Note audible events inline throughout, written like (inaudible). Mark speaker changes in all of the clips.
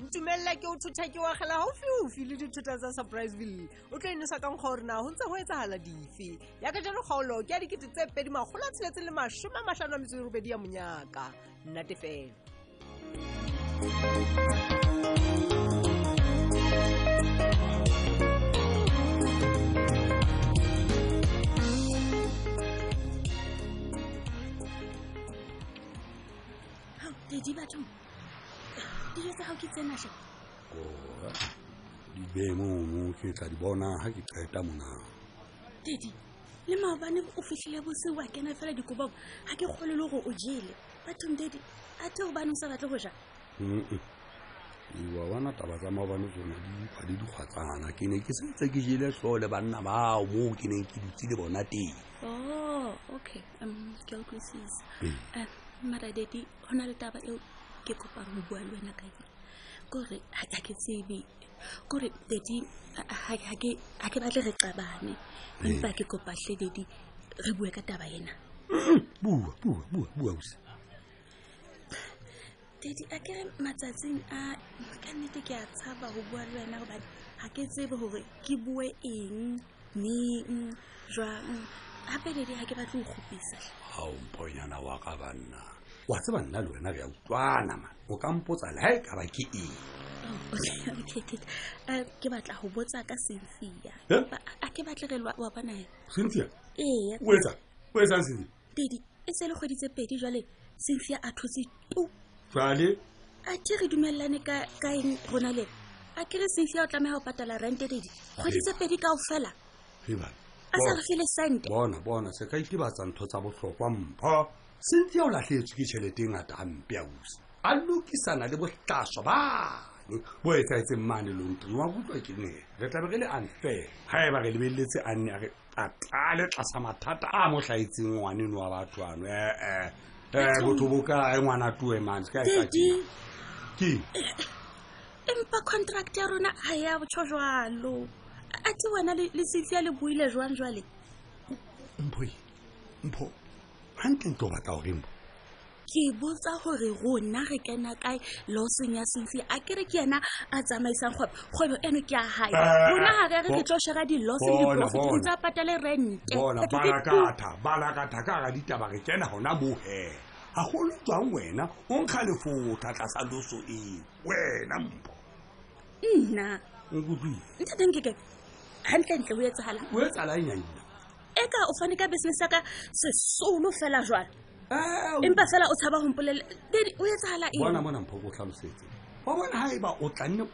Speaker 1: ke o thotha ke ogela gaufiufi le dithota tsa surpriseville o tlo enosa kang gore na go ntse go etsagala dife yaka jalo kgaolo ke a dikete tse pedi magolo a tsheletse le masome a matlhano a metso e robedi ya monyaka nnate fela
Speaker 2: dedi batho dijo tsa gago ke tsenašwa
Speaker 3: Kora, di be mono ke tla di bona ha ke qeta monao
Speaker 2: dedi le maobane o fitlhile boseo a kena fela dikobo ga ke kgole le gore o jele bathong dedi a te gobane o sa batle go ja
Speaker 3: Mm-mm. ewa wana taba tsa maobane tsona di ga di dikgwatsana ke ne ke sentse ke jele tlho le banna bao moo ke neng ke dutse le bona teng
Speaker 2: oh okay um, ke a utlwisisa
Speaker 3: Mm.
Speaker 2: Eh, mara dedi go na le taba eo ke kopang go bua le wena ka yone kore ga ke tsebe kore dedi a- a- ha ke- ha ke batle re qabane
Speaker 3: Eh.
Speaker 2: empa ke kopatlhe dedi re bue ka taba ena
Speaker 3: bua bua bua bua ose
Speaker 2: Daddy, a kere matsatsing a ka nnete ke a tshaba go bua le wena gobane ga ke tsebe gore ke bue eng neng jwang gape dadi ga ke batle go kgopisa
Speaker 3: ga omponyana wa ka banna wa tseba nna le wena re ya utlwana man o ka mpotsa le ha e ka ba ke eng
Speaker 2: Oh, um ke batla go botsa ka senfia
Speaker 3: Eh?
Speaker 2: a ke batle re lwa- wa bonae
Speaker 3: cynthia
Speaker 2: ee
Speaker 3: o etsa o etsang cynthia
Speaker 2: dadi e se le kgweditse pedi jwale senfia a thotse tu
Speaker 3: jale
Speaker 2: a ke re dumelelane ka ka eng rona le ena? a kere senfia o tlameya go patala rente dadi kgweditse pedi kao fela
Speaker 3: Hei bana,
Speaker 2: a sa re
Speaker 3: bona-
Speaker 2: fele sente
Speaker 3: bona bona se ka itibatsa ntho tsa botlhokwa mpha cynthia o latlhetswe ke tšhelete e ngata ampe a usi a lokisana le bohlaswa bane bo e saetseng mane lontri wa kutlwa ke ne re tlabe re le unfair ga e ba re lebeleletse a nne a re tatale tlasa mathata a mo tlhaetseng ngwaneno wa batho ano ee E, botho bo kae ngwana tue mane se ka etsa
Speaker 2: Daddy.
Speaker 3: tjena. Keng?
Speaker 2: empa contract ya rona ga ya tsho jwalo a te wena le le setsi ya le buile jwang jwale
Speaker 3: mpho e, mpho gantle ntlo o batla e gorembo
Speaker 2: ke botsa gore rona re kena kae loseng ya senfi a kere ke yena a tsamaisang kgwebo kgwebo eno ke a gae
Speaker 3: Ah,
Speaker 2: rona ga re re
Speaker 3: bo-
Speaker 2: ke tlo shara di-loss le
Speaker 3: bona,
Speaker 2: di-profit
Speaker 3: bona.
Speaker 2: o tsa patale rente (laughs)
Speaker 3: bona
Speaker 2: Batho ke tu-
Speaker 3: balakatha balakatha ka ga ditaba re kena gona bohe ga go le tswang wena o nkga lefotha tlasa loso eo wena mpho
Speaker 2: nna
Speaker 3: nkutlwile
Speaker 2: nthateng ke ke gantlentle go etsagalang
Speaker 3: o e tsalaenyanna
Speaker 2: e ka o fane ka business ya ka sesolo fela jwalo
Speaker 3: Eh,
Speaker 2: empa fela o tshaba gompolele dedi o etsagala eng
Speaker 3: bona mona mpho ko tlhalosetse wa bona ga e ba o tlanne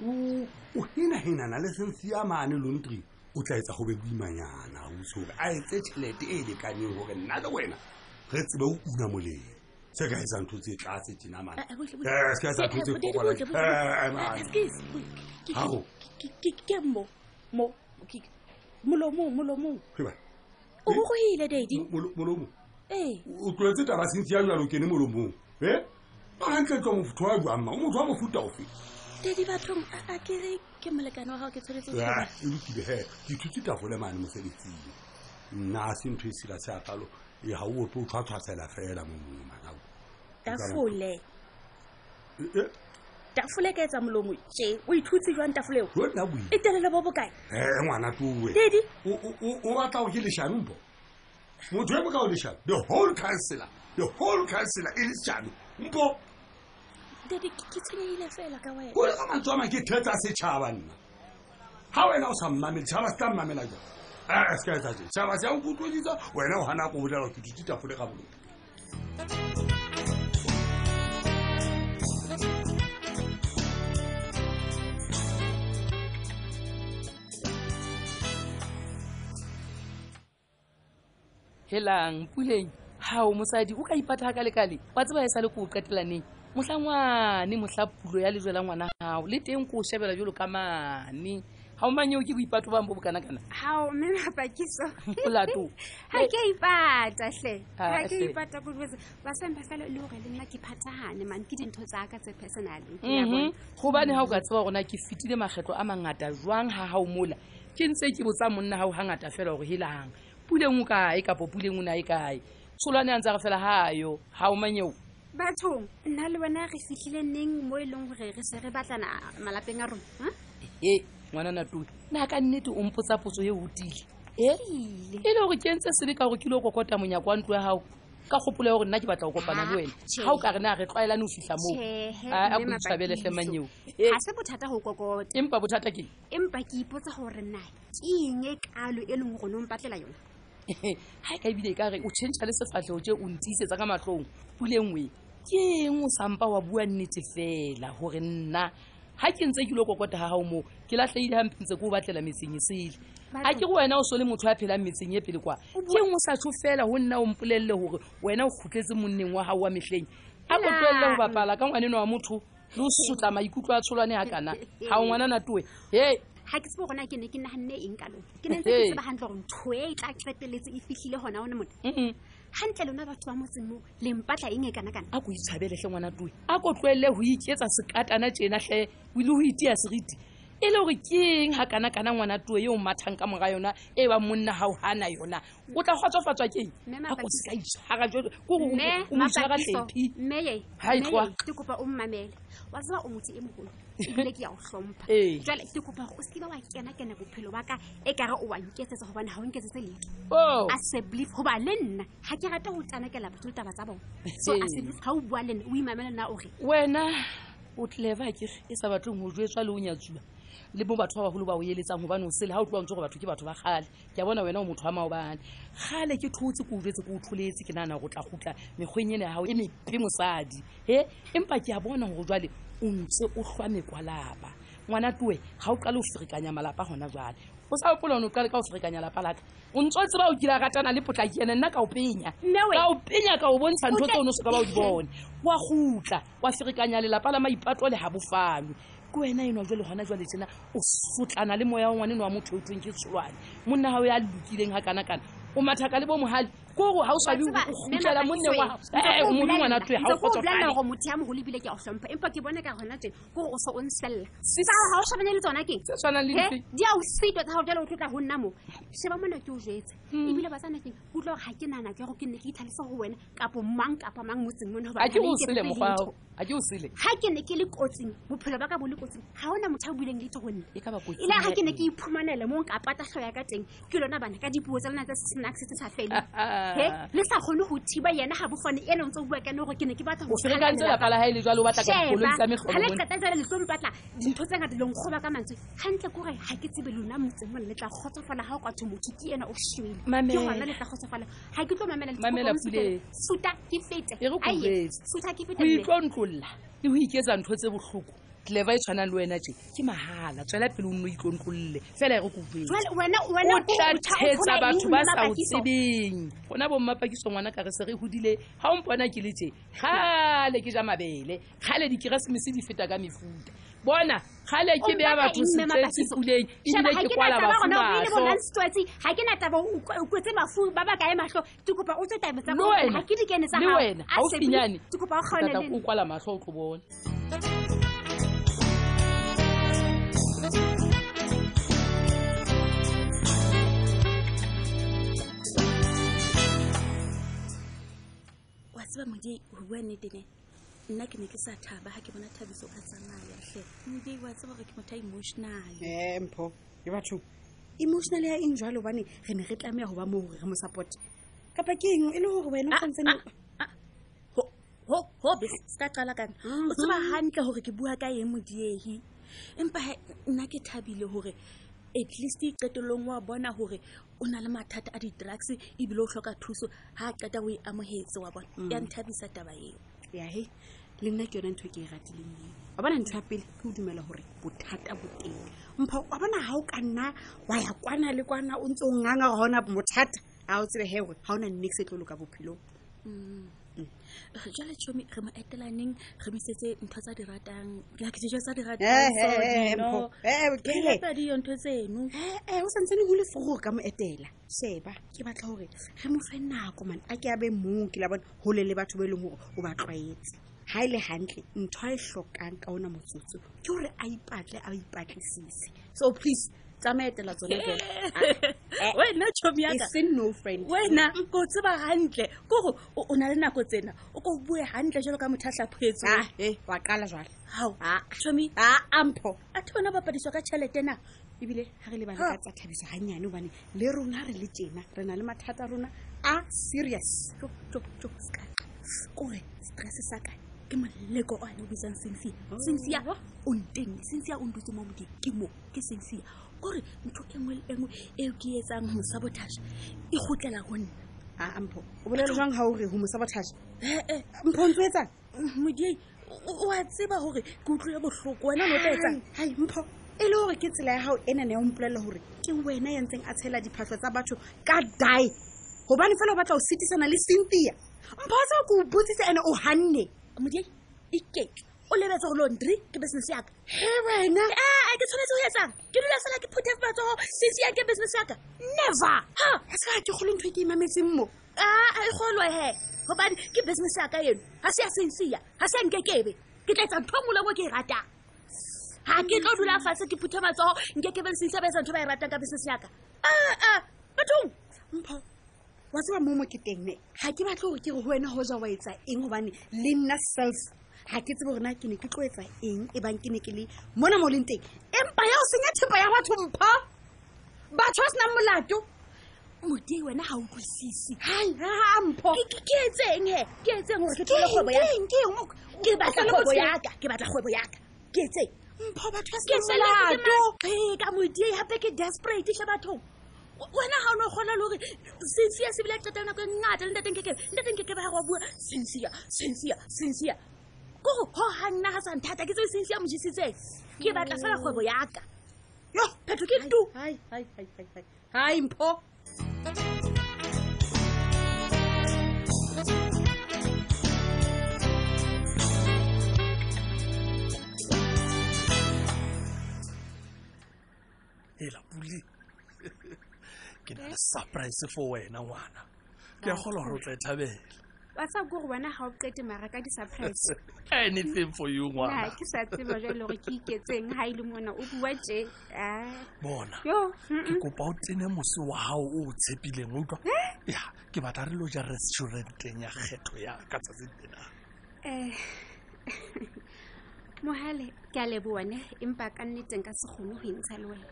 Speaker 3: o henahenana le sense ya mane lontri o tla etsa go be boimanyana ausi gore a etse tšhelete e e lekaneng gore nna le wena re tsebe o una molemo se ka etsa ntho tse tlatse
Speaker 2: Ah,
Speaker 3: tenamane
Speaker 2: ah, buhle, buhle.
Speaker 3: Eh, se ka etsa
Speaker 2: Eh,
Speaker 3: ntho tse
Speaker 2: eh, buhle,
Speaker 3: fokolang.
Speaker 2: buhle, buhle.
Speaker 3: Eh, eh,
Speaker 2: Ah,
Speaker 3: mane.
Speaker 2: excuse, buhle. Ke-
Speaker 3: Ha ho.
Speaker 2: ke- ke- ke- ke mo mo ke- molomong molomong
Speaker 3: Heba,
Speaker 2: o gogoile dadi
Speaker 3: molo- molomo
Speaker 2: ee
Speaker 3: o tloletse taba sentse ya jalo kene molomong e gantle tswa mofutho wa jwang ma o motho wa mofuta ofe
Speaker 2: dadi bathong a a kere ke molekane wa gago ke tshwanetse ho
Speaker 3: Ah,
Speaker 2: tseba.
Speaker 3: e lokile he ke thutse tafole mane mosebetsing nna ha se ntho e sila se akalo e ga o ope o tshwatshwasela fela molomong manao
Speaker 2: tafole
Speaker 3: e,
Speaker 2: tafole e ka etsa molomo tse o ithutse jwang tafoleo
Speaker 3: jona
Speaker 2: e
Speaker 3: boi
Speaker 2: telele bo bokae
Speaker 3: e ngwana towe
Speaker 2: dadi
Speaker 3: o batla go ke leshano mpo motho e mo ka o leshano the whole councillor the whole councillor e leshano mpo
Speaker 2: dadi ke ke tshwenyeile fela ka wena
Speaker 3: o le ka mantswe a mang ke thetsa setšhaba nna ga wena o sa mmamele tšhaba se tla mmamela jang ee se ka etsa tse tšhaba se ya go kutlweditsa wena o gana ko bolela ke dutse tafole ka boloka
Speaker 4: helang puleng hao mosadi o ka ipata ka lekale wa tseba e sa le ko o qetelaneng mohla ngwane mohla pulo ya lejwe la ngwana hao le teng ko o shebela jolo ka mane ga o manyeo ke boipato bang bo bokanakana
Speaker 5: hao mme mapakiso
Speaker 4: olato
Speaker 5: ga ke a ipata hle
Speaker 4: Ah, hle.
Speaker 5: ga ke ipata kodibese ba sempe fela le gore le nna ke phathagane mane ke dintho
Speaker 2: Mm-hmm.
Speaker 5: tsaka tse personale
Speaker 4: Mhm. gobane ga o ka tseba gona ke fetile makgetlo a mangata jwang ha hao mola ke ntse ke botsa monna hao hangata fela gore helang puleng o kae kapo puleng o ne a e kae tsholwane a ntse a re fela hayo ha o manyeo
Speaker 2: bathong nna le wena re fitlhile neng mo e leng gore re se re batlana malapeng a rona ha?
Speaker 4: e ngwana natoi na ka nnete o mpotsa potso e otile e le gore ke ntse sele ka gore ke ile go kokota monyako wa ntlo ya gago ka kgopolo ya gore nna ke batla go kopana le wena
Speaker 2: Ah, tjhe.
Speaker 4: ga o ka re na re tlwaelane ho fihla moo Ah,
Speaker 2: Tjhehe,
Speaker 4: a
Speaker 2: mme
Speaker 4: koitshwabelehle
Speaker 2: Mapatiso.
Speaker 4: manyeo Eh,
Speaker 2: ga se bothata go kokota
Speaker 4: empa bothata ke
Speaker 2: empa ke ipotsa gore na ke eng e kalo e leng gone o mpatlela yona
Speaker 4: ga e ka ebile e ka re o changea le sefatlhego tse o ntiisetsa ka matlhong pule nngwe ke eng o sampa wa bua nnete fela gore nna ga ke ntse ke ile go kokota ga gago moo ke latlheile gampe ntse ke o batlela metseng e sele a ke
Speaker 2: Batho-
Speaker 4: re wena o so le motho a phelang metseng e pele kwa ke eng o sa tsho fela go nna o mpolelele gore wena o kgutletse monneng wa gago wa metlheng a ko tloelele go bapala ka ngwaneno wa motho le o sotla maikutlo a tsholwane ga kana ga o ngwana natoe e
Speaker 2: ga ke tsebe gona ke ne ke naganne eng kalo ke ne ntse ke tseba gantle gore ntho e e tla qeteletse e fitlhile gona one mone gantle lona batho ba motseng mo lempatla eng e kana-kana
Speaker 4: a ko itshwabeletlhe ngwana tue a ko tloelele go iketsa sekatana tsenatlhe o ile go itea seriti e le gore ke eng ga kana-kana ngwana tue yo o mathang ka mora yona e ba monna gao gana yona o tla kgotsofatswa ke eng
Speaker 2: Mme
Speaker 4: a ko
Speaker 2: Mapatiso.
Speaker 4: seka itshwara jo ko
Speaker 2: Mme
Speaker 4: o motshwara
Speaker 2: Mapatiso,
Speaker 4: tlepi
Speaker 2: mme ye,
Speaker 4: Ha e
Speaker 2: mme
Speaker 4: tloha.
Speaker 2: ye, ke kopa o mmamele wa tseba o motse e mogolo ebile ke ya o tlhompha
Speaker 4: Ee.
Speaker 2: jale ke kopa gore o seke ba wa kena kena bophelo ba ka e kare o wa nketsetsa gobane ga o nketsetse leto
Speaker 4: o
Speaker 2: a seblief goba le nna ga ke rata go tanakela batho le taba tsa bone so a seblief ga o bua le nna o imamele nna ore
Speaker 4: wena o clever ke e sa batleng go jwetswa le o nyatsuwa le mo batho ba bagolo ba o eletsang gobane o sele ga o tloa ntse go batho ke batho ba gale ke a bona wena o motho wa maobane gale ke thotse ke o jwetse ke o tholetse ke nagana go tla gutla mekgweng ena ya gago e mepe mosadi e empa ke a bona gore jwale o ntse o tlhwa mekwalapa ngwana tue ga o kale o ferekanya malapa gona jwale o sa opola one o kale ka o ferekanya lapa laka o ntse o tseba o kile a ratana le potlaki ene nna ka o penya
Speaker 2: Mme we-
Speaker 4: ka o penya ka o bontsha ntho
Speaker 2: O tla-
Speaker 4: tse o ne o soka ba o di bone wa gutla wa ferekanya lelapa la maipato le gabofanwe ke wena enwa jwale gona jwale tsena o sotlana le moya wa ngwaneno wa motho o tweng ke tsholwane monna gao ya lokileng ga kana-kana o mathaka le bo mogale kore ga
Speaker 2: Wa
Speaker 4: o swabe o
Speaker 2: tseba,
Speaker 4: gutlela
Speaker 2: Mme
Speaker 4: monne wa
Speaker 2: Mapatiso e, ntse ke o bolella,
Speaker 4: Eh, o mobe ngwana toe ga
Speaker 2: ntse
Speaker 4: o
Speaker 2: ke o bolella
Speaker 4: kgotsofale
Speaker 2: gore motho ya mogolo ebile ke a o tlhompha empa ke bone ka gona tsena kore o se o nselela tsala ga o shabane le tsona keng
Speaker 4: tse tshwanang le e,
Speaker 2: he
Speaker 4: ntse
Speaker 2: di a o setwa tsa gago jalo o tlotla go nna mo sheba mona ke o jetse
Speaker 4: Hmm.
Speaker 2: ebile ba tsanakeng kutlwa gore ga ke nana ke gore ke nne ke itlhalesa go wena kapo mang kapa mang motseng mone
Speaker 4: a ke o sele mogwao a ke o sele
Speaker 2: ga ke ne ke le kotsing bophelo ba ka bo le kotsing ga ona motho a buileng letho go nna
Speaker 4: e ka ba kotsing
Speaker 2: ile ga
Speaker 4: ya
Speaker 2: ke ne
Speaker 4: eng?
Speaker 2: ke iphumanele mo nka patatlho ya ka teng ke lona bana ka dipuo tsa lona tsa snacks tse sa fele
Speaker 4: (laughs)
Speaker 2: he le sa kgone go thiba yena ga bofone ene o ntse o bua ka ne gore ke ne ke batla
Speaker 4: o ferekantse lapa la ga e le jale o batla ka dikoloi tsa metlholomone
Speaker 2: qeta jale letlong batla dintho tse ngata leng kgoba ka mantswe gantle kore ga ke tsebe lona motseng mone le tla kgotsofala ga o ka thomotho ke ena o shwele ke
Speaker 4: Mamela.
Speaker 2: gona le tla kgotsofala ga ke tlo mamela le
Speaker 4: Mamela,
Speaker 2: tshopo, o nsutele.
Speaker 4: Pule.
Speaker 2: suta ke fete
Speaker 4: E re ko
Speaker 2: Aiye,
Speaker 4: jwetse.
Speaker 2: suta ke fete
Speaker 4: o
Speaker 2: mme.
Speaker 4: itlo ntlolla le go iketsa ntho tse botlhoko clever e tshwanang le wena tje ke mahala tswela pele o nne o itlo ntlolle fela e re kopetse
Speaker 2: Jwale wena- wena
Speaker 4: o
Speaker 2: o- o
Speaker 4: tlatheetsa
Speaker 2: thaothola
Speaker 4: batho
Speaker 2: eng
Speaker 4: ba
Speaker 2: mme
Speaker 4: sa o
Speaker 2: Mapakiso?
Speaker 4: tsebeng gona bommapakiso ngwana ka re se re godile ga o mpona ke le tje gale ke ja mabele gale dikeresemese di feta ka mefuta bona gale ke
Speaker 2: O
Speaker 4: beya
Speaker 2: mpatla
Speaker 4: batho
Speaker 2: eng, mme Mapakiso?
Speaker 4: setsepuleng
Speaker 2: Sheba,
Speaker 4: ebile
Speaker 2: ha
Speaker 4: ke
Speaker 2: ke
Speaker 4: kwala
Speaker 2: na taba hore
Speaker 4: bafu
Speaker 2: na o buile bo
Speaker 4: matlho
Speaker 2: Nantstwetse, ha ke na taba o o kwetse bafu ba ba kae matlho ke kopa o tswe tabe tsa
Speaker 4: Le
Speaker 2: ka hore
Speaker 4: wena-
Speaker 2: ha ke di kene tsa
Speaker 4: le
Speaker 2: hao.
Speaker 4: wena,
Speaker 2: A
Speaker 4: ha o
Speaker 2: se bue,
Speaker 4: finyane,
Speaker 2: ke kopa o
Speaker 4: O tla
Speaker 2: kgaolele
Speaker 4: tla
Speaker 2: nna.
Speaker 4: o kwala matlho o tlo bona
Speaker 6: wa tseba modie ho bua nnetene nna ke ne ke sa thaba ha ke bona thabiso a tsamayahle modie wa tseba hore ke motho a emotional
Speaker 5: empho ke batho
Speaker 6: emotional ya eng jalo hobane re ne re tlameha ho ba moo hore re mo support
Speaker 5: kapa ke eng e le gore wena o santsene
Speaker 6: Ah, ho ho- ho be se ka qala kana
Speaker 5: Mhm.
Speaker 6: o tseba hantle hore ke bua ka eng modiehi empa he, nna ke thabile hore at least qetellong wa bona hore o na le mathata a di-drugs ebile o hloka thuso ha a qeta o e amohetse wa bona
Speaker 5: Mm.
Speaker 6: ya nthabisa taba eo
Speaker 5: yahe le nna ke yone ntho e ke e ratileng eo wa bona ntho ya pele ke o dumela gore bothata bo teng mpho wa bona ga o ka nna wa ya kwana le kwana o ntse o nganga gona bothata a o tsebe hewe ga o na nnex e tlo loka bophelong
Speaker 6: re jwale tšhomi re mo etelaneng re bisetse ntho tsa di ratang like dijo tsa di
Speaker 5: Eh,
Speaker 6: ratang
Speaker 5: eh, eh,
Speaker 6: sodino
Speaker 5: Mpho. Eh, ke
Speaker 6: re
Speaker 5: he.
Speaker 6: rata diyo ntho tseno
Speaker 5: ee Eh, o santsene go le forogo ka mo etela sheba ke batla gore re mo fe nako mane a ke a be mong ke la bone gole le batho ba e leng gore o ba tlwaetse ga e le gantle ntho a e tlhokang ka ona motsotso ke gore a ipatle a ipatlisise so please tsamaetela tsone fela Ah, wena chomi
Speaker 7: e
Speaker 5: yaka
Speaker 7: seng no friend
Speaker 5: wena ko tseba gantle kore o o na le nako tsena o ko bue gantle jalo ka motho a tlhaphoetso
Speaker 7: Ah, eh, wa qala jwale
Speaker 5: gao
Speaker 7: Ah.
Speaker 5: chomi
Speaker 7: a ampho
Speaker 5: a the ona bapadiswa ka tšhelete na
Speaker 7: ebile ga re le bana ka tsa thabiso gannyane obane le rona re le tjena re na le mathata a rona
Speaker 5: Ah,
Speaker 7: a serious
Speaker 5: Jo, jo, jo, ska. kore stress sa ka ke moleko o a le o bitsang sensia
Speaker 7: Oh.
Speaker 5: sensia o ntenne sensia o ndutse mo modimo ke mo ke sensia kore ntho e nngwe le e nngwe eo ke e etsang ho sabotage e gotlela go nna
Speaker 7: a ampho Ah, o bolele jwang ga o re homo sabotage
Speaker 5: ee
Speaker 7: mpho o ntse etsang
Speaker 5: modiei Eh, o a tseba gore ke utlwile botlhoko wena o ne o tla etsang
Speaker 7: hai mpho e le gore ke tsela ya gago e nane ya ompolelela gore ke wena ya ntseng a tshela diphatlho tsa batho ka die gobane fela o batla go setisana le cynthia mpho o tseba ke o botsitse ene o ganne
Speaker 5: modiei iketla o lebetse go laundry ke business yaka
Speaker 7: ge wena
Speaker 5: ee e, ke tshwanetse go etsang ke dula fela ke phuthe matsogo sense ya ke business yaka never ha
Speaker 7: a seka ke kgolo ntho e ke imametseng mo
Speaker 5: Ah, a e golwe he gobane ke business yaka eno ga se ya sensia ga se ya nkekebe ke tla etsa ntho e nngwe le nngwe ke e ratang ga ke tlo dula fatshe ke phuthe matsogo nkekebeng sensia ba etsa ntho e ba e ratang ka business yaka aa bathong
Speaker 7: mpho wa tseba mo mo ke tenne ga ke batle gore ke re go wena go ja wa etsa eng gobane le nna self ga ke tsebe gorena ke ne ke tlo etsa eng e bang ke ne ke le mona mo leng teng empa ya o senya thepa ya batho mpho batho ba senang molato
Speaker 5: modie wena ga utlwisise
Speaker 7: hai haa mpho
Speaker 5: Ke- ke- ke etseng he ke etseng gore ke tlole kgwebo ya
Speaker 7: Keng, keng, o-
Speaker 5: ke batla kgwebo
Speaker 7: botshelo.
Speaker 5: yaka ke batla kgwebo yaka ke etseng
Speaker 7: mpho batho ba
Speaker 5: ke
Speaker 7: senang
Speaker 5: felelwa ke
Speaker 7: molato
Speaker 5: maqheka modie gape ke desperate tlhe bathong W- wena ga o ne o kgona le gore sensia se bile tata nako e ngata le ntatengkekebe ntatengkekebe ga go a bua sensia sensia sensia kore go ga nna ga santhata ke tseo sensia mojisitseng ke batla fela kgwebo yaka
Speaker 7: Yo,
Speaker 5: phetho ke tu
Speaker 7: hai hai hai hai hai hai mpho
Speaker 8: hela (laughs) pule ke na le surprise for wena ngwana ke a kgolwa gore o tla e thabela
Speaker 2: wa tsaba kore wena ga o qete mara ka
Speaker 5: (laughs)
Speaker 2: di-surprise
Speaker 8: anything for you
Speaker 2: na
Speaker 8: ngwana
Speaker 2: ke sa tseba jwa e le gore ke iketseng ga e le mona o bua je Ah,
Speaker 8: bona
Speaker 2: yo
Speaker 8: ke
Speaker 2: mm-mm.
Speaker 8: kopa o tene mose wa gago o o tshepileng o utlwa ya ke batla re lo ja restauranteng ya kgetho ya ka tsatsing lena
Speaker 2: Eh, (laughs) mohale ke a leboane empa ka nneteng ka se kgone go intsha le wena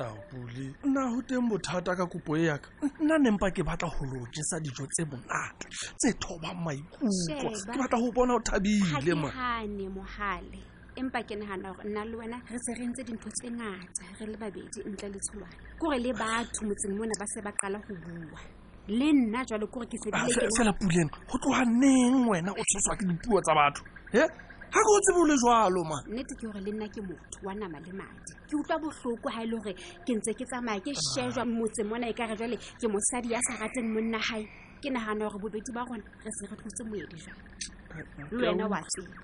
Speaker 8: ao pule nna go teng bothata ka kopo e yaka nna nempa ke batla go lo jesa dijo tse monate tse thobang
Speaker 5: Mm.
Speaker 8: maikutlo
Speaker 2: Sheba.
Speaker 8: ke batla go bona o
Speaker 2: ga ke
Speaker 8: thabile ma
Speaker 2: gane mohale empa ke nagana gore nna le wena re se re ntse dintho tse ngata re le babedi ntle le tsholwane kore le batho motseng mona ba se ba qala go bua le nna jalo kore ke
Speaker 8: Ah,
Speaker 2: sedile
Speaker 8: fe- fela puleng go tloga neng wena o tshoswa ke dipuo tsa batho e ga ke o tsebe o le jalo ma
Speaker 2: nnete ke gore le nna ke motho wa nama le madi ke utlwa botlhoko ga e le gore ke ntse ke tsamaya ke shejwa motseng mona e kare jale ke mosadi ya sa rateng monna gae ke nagana gore bobedi ba rona re se re tlotse moedi jang le wena wa tseba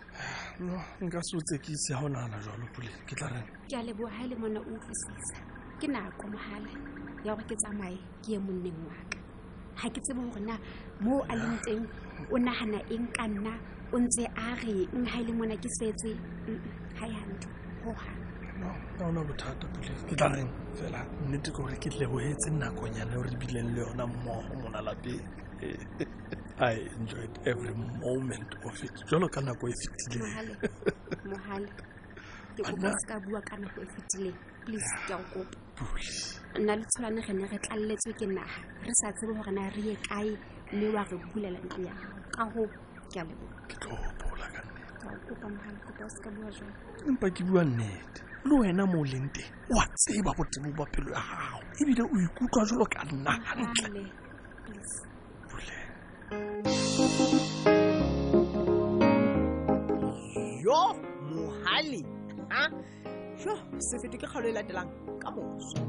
Speaker 8: No, nka se o tsekise ga o nagana jalo puleng ke tla reng
Speaker 2: ke a leboga ga e le mona o utlwisisa ke nako mogala ya gore ke tsamaye ke ye monneng waka ga ke tsebe gore na moo a leng teng o nagana eng ka nna o ntse a reng ga e le mona ke setse e ga yanto gogang
Speaker 8: no ga ona bothata puleng ke tla reng fela nnete ke gore ke leboetse nakonyana o re bileng le yona mmogo mona lapeng (laughs) Eh, i enjoyed every moment of it jalo ka nako e fetileng
Speaker 2: mohale mohale ke kopa
Speaker 8: Anna.
Speaker 2: se ka bua ka nako e fetileng please ke a o kopa
Speaker 8: pule
Speaker 2: nna le tsholwane re ne re tlaleletswe ke naga re sa tsebe gore na re ye kae mme wa re bulela ntlo ya gago ka go ke a leboga
Speaker 8: ke tlo gopola ka nnete
Speaker 2: ke a o kopa mogale kopa o se ka bua jalo
Speaker 8: empa ke bua nnete le wena mo o leng teng wa tseba botebo ba pelo ya gago ebile o ikutlwa jalo ka nna gantle
Speaker 2: Mohale, please
Speaker 8: puleng
Speaker 1: yo mohale ha jo se fete ke kgaolo e latelang ka moso